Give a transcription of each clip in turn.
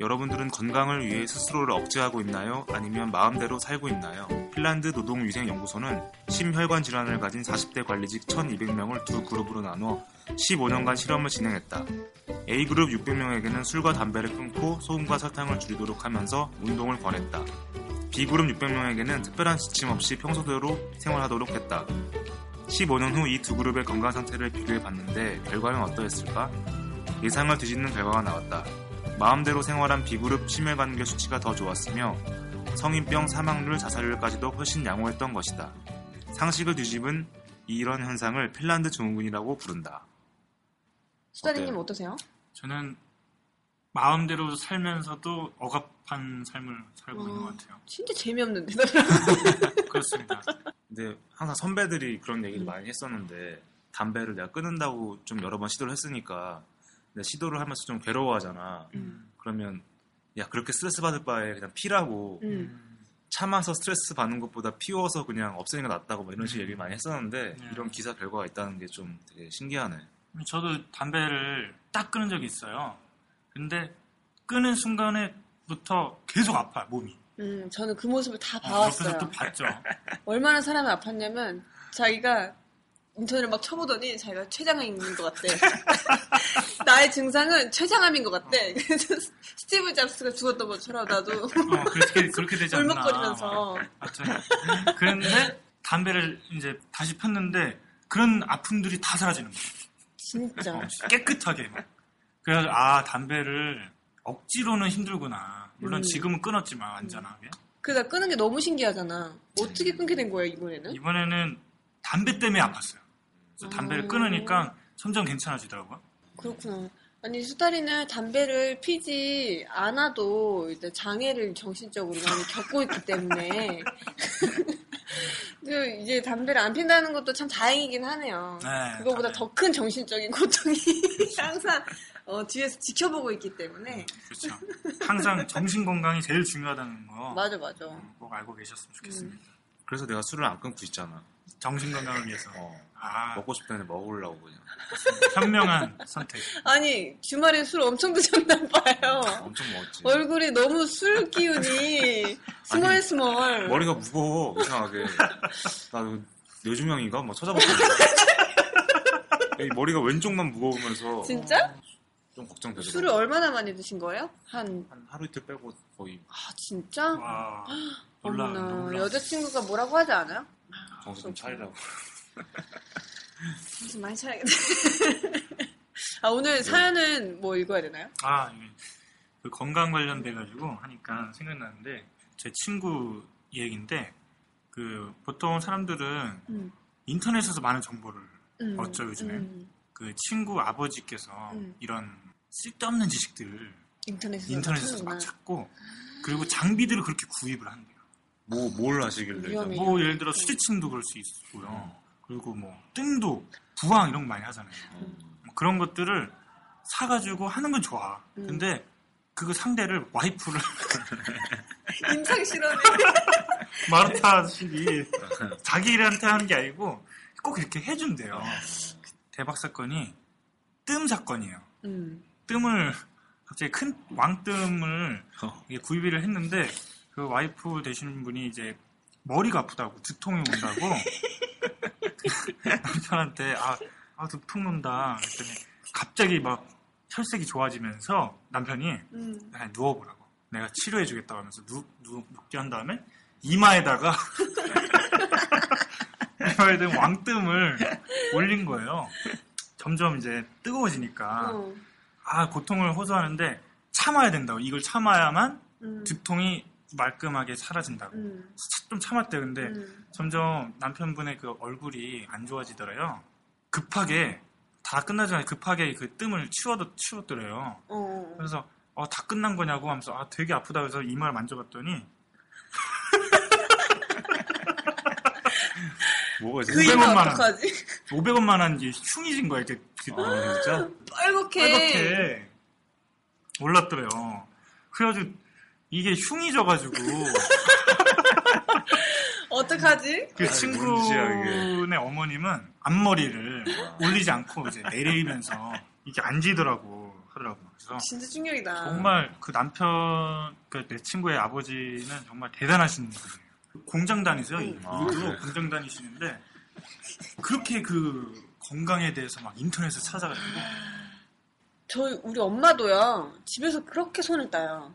여러분들은 건강을 위해 스스로를 억제하고 있나요? 아니면 마음대로 살고 있나요? 핀란드 노동위생연구소는 심혈관 질환을 가진 40대 관리직 1,200명을 두 그룹으로 나눠 15년간 실험을 진행했다. A그룹 600명에게는 술과 담배를 끊고 소금과 설탕을 줄이도록 하면서 운동을 권했다. B그룹 600명에게는 특별한 지침 없이 평소대로 생활하도록 했다. 15년 후 이 두 그룹의 건강 상태를 비교해 봤는데 결과는 어떠했을까? 예상을 뒤집는 결과가 나왔다. 마음대로 생활한 비그룹 심혈관계 수치가 더 좋았으며 성인병 사망률 자살률까지도 훨씬 양호했던 것이다. 상식을 뒤집은 이런 현상을 핀란드 증후군이라고 부른다. 수다리님 어때요? 어떠세요? 저는 마음대로 살면서도 억압한 삶을 살고 있는 것 같아요. 진짜 재미없는데. 그렇습니다. 근데 항상 선배들이 그런 얘기를 많이 했었는데 담배를 내가 끊는다고 좀 여러 번 시도를 했으니까 내가 시도를 하면서 좀 괴로워하잖아. 음. 그러면 야 그렇게 스트레스 받을 바에 그냥 피라고 음. 참아서 스트레스 받는 것보다 피워서 그냥 없애는 게 낫다고 뭐 이런 식의 음. 얘기를 많이 했었는데 네. 이런 기사 결과가 있다는 게 좀 되게 신기하네. 저도 담배를 딱 끊은 적이 있어요. 근데 끊은 순간에부터 계속 아파 몸이. 음, 저는 그 모습을 다 어, 봐왔어요. 옆에서 또 봤죠. 얼마나 사람이 아팠냐면 자기가 인터넷을 막 쳐보더니 자기가 췌장암인 것 같대. 나의 증상은 췌장암인 것 같대. 그래서 스티브 잡스가 죽었던 것처럼 나도 어, 그렇게 그렇게 되지 않나. 울먹거리면서 맞죠. 그런데 담배를 이제 다시 폈는데 그런 아픔들이 다 사라지는 거예요. 진짜 네. 어, 깨끗하게 막. 그래서 아 담배를 억지로는 힘들구나. 물론 음. 지금은 끊었지만 완전하게. 그나 그러니까 끄는 게 너무 신기하잖아. 어떻게 끊게 된 거야 이번에는? 이번에는 담배 때문에 아팠어요. 그래서 아. 담배를 끊으니까 점점 괜찮아지더라고요. 그렇구나. 아니 수다리는 담배를 피지 않아도 이제 장애를 정신적으로 많이 겪고 있기 때문에 그 이제 담배를 안 핀다는 것도 참 다행이긴 하네요. 네, 그거보다 다들. 더 큰 정신적인 고통이 항상 어, 뒤에서 지켜보고 있기 때문에 그렇죠. 항상 정신 건강이 제일 중요하다는 거 꼭 맞아 맞아. 알고 계셨으면 좋겠습니다. 음. 그래서 내가 술을 안 끊고 있잖아. 정신 건강을 위해서. 어, 아, 먹고 싶다는데 먹으려고 그냥. 현명한 선택. 아니 주말에 술 엄청 드셨나 봐요. 아, 엄청 먹었지. 어. 얼굴이 너무 술 기운이 스멀 스멀. 머리가 무거워 이상하게 나도 그 뇌종양인가 뭐 찾아봤더니 이 머리가 왼쪽만 무거우면서 진짜? 좀 걱정되더라고 술을 어- 얼마나 많이 드신 거예요? 한 한 하루 이틀 빼고 거의 아 진짜? 와, 놀라, 음, 어머나 놀라. 여자친구가 뭐라고 하지 않아요? 정신 좀 차리라고 정신 많이 차려야겠다. 아 네. 오늘 사연은 뭐 읽어야 되나요? 아, 예. 그 건강 관련돼 가지고 하니까 생각나는데 제 친구 얘기인데 그 보통 사람들은 음. 인터넷에서 많은 정보를 음, 어쩌 요즘에 음. 그 친구 아버지께서 음. 이런 쓸데없는 지식들을 인터넷에서 인터넷에서 찾는구나. 막 찾고 그리고 장비들을 그렇게 구입을 한대요. 뭐, 뭘 하시길래 위험해. 이제. 뭐 예를 들어 수지침도 그럴 수 있고요. 그리고 뭐 뜸도 부항 이런 거 많이 하잖아요. 음, 뭐 그런 것들을 사가지고 하는 건 좋아. 음. 근데 그 상대를 와이프를 인상 실험에 마르타 씨이 자기한테 하는 게 아니고 꼭 이렇게 해준대요. 대박 사건이 뜸 사건이에요. 음. 뜸을 갑자기 큰 왕뜸을 어. 이게 구입을 했는데 그 와이프 되시는 분이 이제 머리가 아프다고 두통이 온다고 남편한테 아, 아 두통 온다 그랬더니 갑자기 막 혈색이 좋아지면서 남편이 음. 그냥 누워보라고 내가 치료해주겠다고 하면서 누, 누, 눕게 한 다음에 이마에다가 이마에 든 왕뜸을 올린 거예요 점점 이제 뜨거워지니까 어. 아 고통을 호소하는데 참아야 된다고 이걸 참아야만 음. 두통이 말끔하게 사라진다고 음. 좀 참았대요 근데 음. 점점 남편분의 그 얼굴이 안 좋아지더래요 급하게 다 끝나기 전에 급하게 그 뜸을 치워도 치웠더래요 어, 어. 그래서 어, 다 끝난 거냐고 하면서 아 되게 아프다 그래서 이마를 만져봤더니 뭐가 있어? 그 이면 500원 만 어떡하지? 500원만 한 이게 흉이 진 거야. 이렇게 그 아, 진짜? 빨갛게. 빨갛게 올랐더래요. 그래가지고 이게 흉이 져가지고 어떡하지? 아이, 그 뭔지야, 친구네 어머님은 앞머리를 올리지 않고 이제 내리면서 이게 안 지더라고 하더라고. 그래서 진짜 충격이다. 정말 그 남편, 그 내 친구의 아버지는 정말 대단하신 분이에요. 공장 다니세요. 아, 일부러 네. 공장 다니시는데 그렇게 그 건강에 대해서 막 인터넷에 찾아가지고 저희 우리 엄마도요. 집에서 그렇게 손을 따요.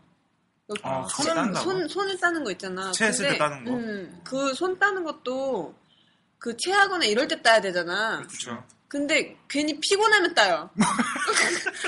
그 아, 손- 손을 딴다고? 손, 손을 따는 거 있잖아. 체했을 근데, 때 따는 거? 음, 그 손 따는 것도 그 체하거나 이럴 때 따야 되잖아. 그렇죠. 근데 괜히 피곤하면 따요.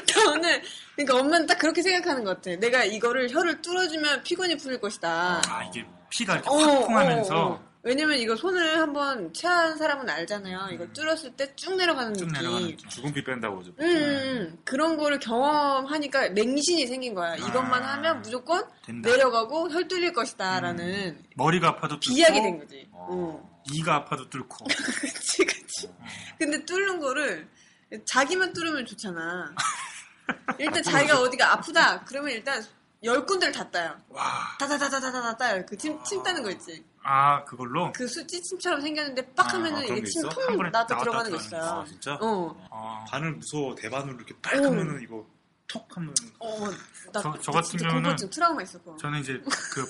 저는 그러니까 엄마는 딱 그렇게 생각하는 것 같아. 내가 이거를 혀를 뚫어주면 피곤이 풀릴 것이다. 아 이게 피가 이렇게 어, 확 어, 통하면서 어. 왜냐면 이거 손을 한번 체한 사람은 알잖아요. 이거 뚫었을 때 쭉 내려가는 음. 쭉 느낌. 내려가는 느낌. 죽은 피 뺀다고 하죠. 음, 음, 그런 거를 경험하니까 맹신이 생긴 거야. 이것만 아. 네. 하면 무조건 된다. 내려가고 혈 뚫릴 것이다라는 머리가 아파도 뚫고 비약이 된 거지. 어. 어. 이가 아파도 뚫고 그치, 그치. 어. 근데 뚫는 거를 자기만 뚫으면 좋잖아. 일단 자기가 어디가 아프다. 그러면 일단 열 군데를 다 따요. 와. 다다다다다다다 따요. 그침 침 따는 거 있지. 아 그걸로 그 수지침처럼 생겼는데 빡 아, 하면은 그런 이게 게 있어? 한 침통 번에 나도 나왔다 들어가는 거 들어가는 있어요. 아 진짜? 어. 아, 반을 무서워 대반으로 이렇게 빡 오. 하면은 이거 톡 하면 어, 나 저- 저 그때 같은 진짜 경우는 공포증 트라우마 있었고. 저는 이제 그,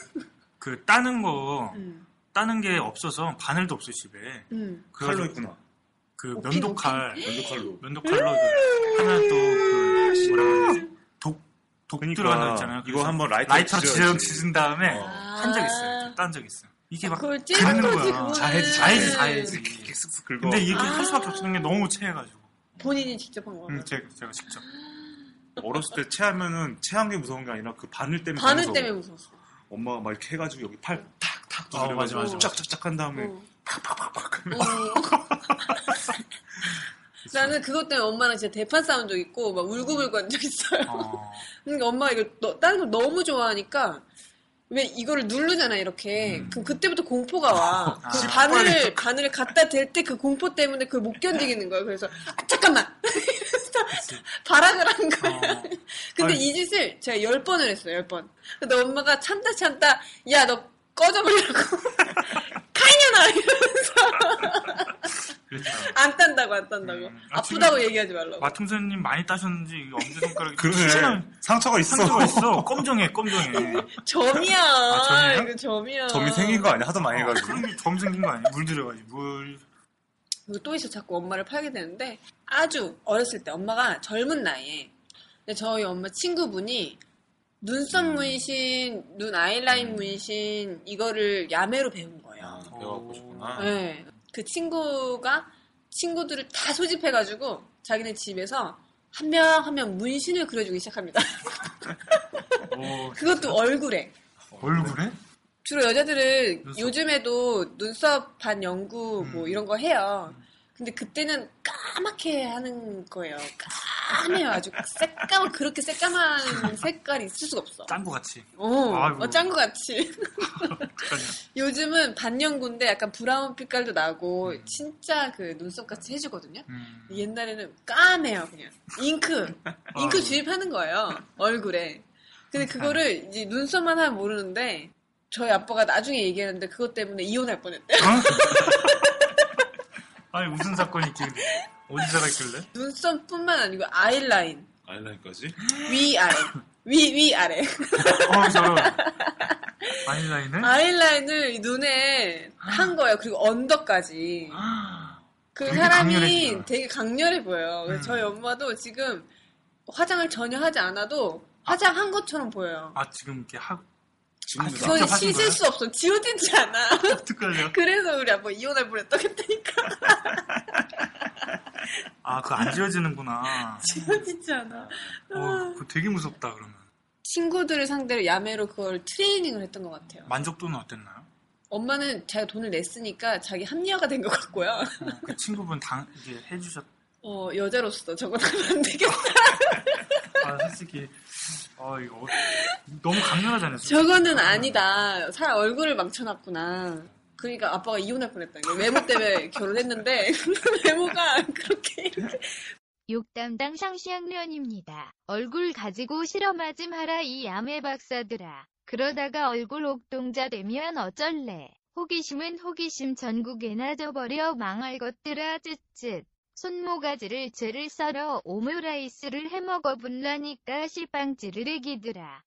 그 따는 거 음, 따는 게 없어서 바늘도 없어 집에 음. 칼로 그래서 했구나. 그 오핀, 면도칼 면도칼로. 면도칼로 그 하면 또그 뭐라고 해야 되지? 독, 독 그러니까 들어가는 거 있잖아요. 이거 한번 라이터로 라이터로 지져, 지져야지. 지진 다음에 어. 한 적 있어요. 딴 적 있어요. 이게 아. 막 그걸 가는 찌르는 거지, 거야. 그거는. 자해지, 자해지 자해지. 이렇게 쓱쓱 긁어. 근데 이게 아. 할 수밖에 없는 게 너무 체해가지고. 본인이 직접 한 거야. 음, 제가, 제가 직접. 어렸을 때 체하면은 체한 게 무서운 게 아니라 그 바늘 때문에 더 바늘 무서워. 때문에 무서웠어. 엄마가 막 이렇게 해가지고 여기 팔 탁탁 어, 맞아, 두드려가지고 맞아. 쫙쫙쫙 한 다음에 어. 팍팍팍팍 하면 어. 나는 그것 때문에 엄마랑 진짜 대판 싸운 적 있고 막 울고불고 한 적 있어요. 어, 그러니까 엄마가 이거 너- 다른 걸 너무 좋아하니까 왜 이거를 누르잖아 이렇게 그럼 그때부터 공포가 와 음. 아. 그 바늘을 바늘을 갖다 댈 때 그 공포 때문에 그걸 못 견디겠는 거야 그래서 아, 잠깐만 그치. 발악을 한 거야 어. 근데 아니. 이 짓을 제가 열 번을 했어요 열 번 근데 엄마가 참다 참다 야 너 꺼져버리라고 가이냐나 이러면서 그랬죠. 안 딴다고 안 딴다고 음. 아, 아프다고 얘기하지 말라고 마통선님 많이 따셨는지 이게 엄지손가락이 그러네. 상처가 있어. 상처가 있어. 껌정해, 껌정해. 점이야 아, 점이야? 이거 점이야 점이 생긴 거 아니야? 하도 많이 해가지고. 그런 게 점 생긴 거 아니야? 물 들어가지고 물. 그리고 또 있어 자꾸 엄마를 팔게 되는데 아주 어렸을 때 엄마가 젊은 나이에 근데 저희 엄마 친구분이 눈썹 음. 문신, 눈 아이라인 문신 이거를 야매로 배운 아, 거예요. 배워갖고 아. 싶구나. 네. 그 친구가 친구들을 다 소집해가지고 자기네 집에서 한 명 한 명 문신을 그려주기 시작합니다. 어, 네. 그것도 얼굴에. 얼굴에? 주로 여자들은 눈썹. 요즘에도 눈썹 반 연구 뭐 그렇죠. 음. 이런 거 해요. 근데 그때는 까맣게 하는 거예요. 까매요. 아주 새까만 그렇게 새까만 색깔이 있을 수가 없어. 짠 거 같이. 그러니까. 어, 아이고. 어, 짠 것 같이. 어떡하냐. 요즘은 반연구인데 약간 브라운 빛깔도 나고 진짜 그 눈썹 같이 해주거든요. 음. 옛날에는 까매요 그냥 잉크 잉크 어. 아. 주입하는 거예요 얼굴에 근데 그거를 이제 눈썹만 하면 모르는데 저희 아빠가 나중에 얘기하는데 그것 때문에 이혼할 뻔했대요 어? 아니 무슨 사건이 있길래 어디서 갔길래? 눈썹뿐만 아니고 아이라인 아이라인까지? 위아래 위 위아래 어 저런 아이라인을? 아이라인을 눈에 한 거예요 그리고 언더까지 그 되게 사람이 강렬해 보여요. 되게 강렬해 보여요 그래서 음. 저희 엄마도 지금 화장을 전혀 하지 않아도 화장한 것처럼 보여요 아 지금 이렇게 하고 지금 아, 누나? 그건 하신 씻을 거예요? 수 없어. 지워지지 않아. 어떡하냐? 그래서 우리 아빠 이혼할 뻔했다 그랬다니까. 아 그거 안 지워지는구나. 지워지지 않아. 어 그거 되게 무섭다 그러면. 친구들을 상대로 야매로 그걸 트레이닝을 했던 것 같아요. 만족도는 어땠나요? 엄마는 자기가 돈을 냈으니까 자기 합리화가 된 것 같고요. 어, 그 친구분 당 이제 해주셨. 어, 여자로서 저건 하면 안 되겠다. 아 솔직히 어 이거 어- 너무 강렬하잖아요. 솔직히. 저거는 아니다. 사람 얼굴을 망쳐놨구나. 그러니까 아빠가 이혼할 뻔했다. 이거 외모 때문에 결혼했는데 외모가 그렇게 욕 담당 상시학년입니다. 얼굴 가지고 실험하지 마라 이 야매 박사들아. 그러다가 얼굴 옥동자 되면 어쩔래. 호기심은 호기심 전국에나 져버려 망할 것들아 쯧쯧. 손모가지를 죄를 썰어 오므라이스를 해먹어 분라니까 시빵 찌르르기들아.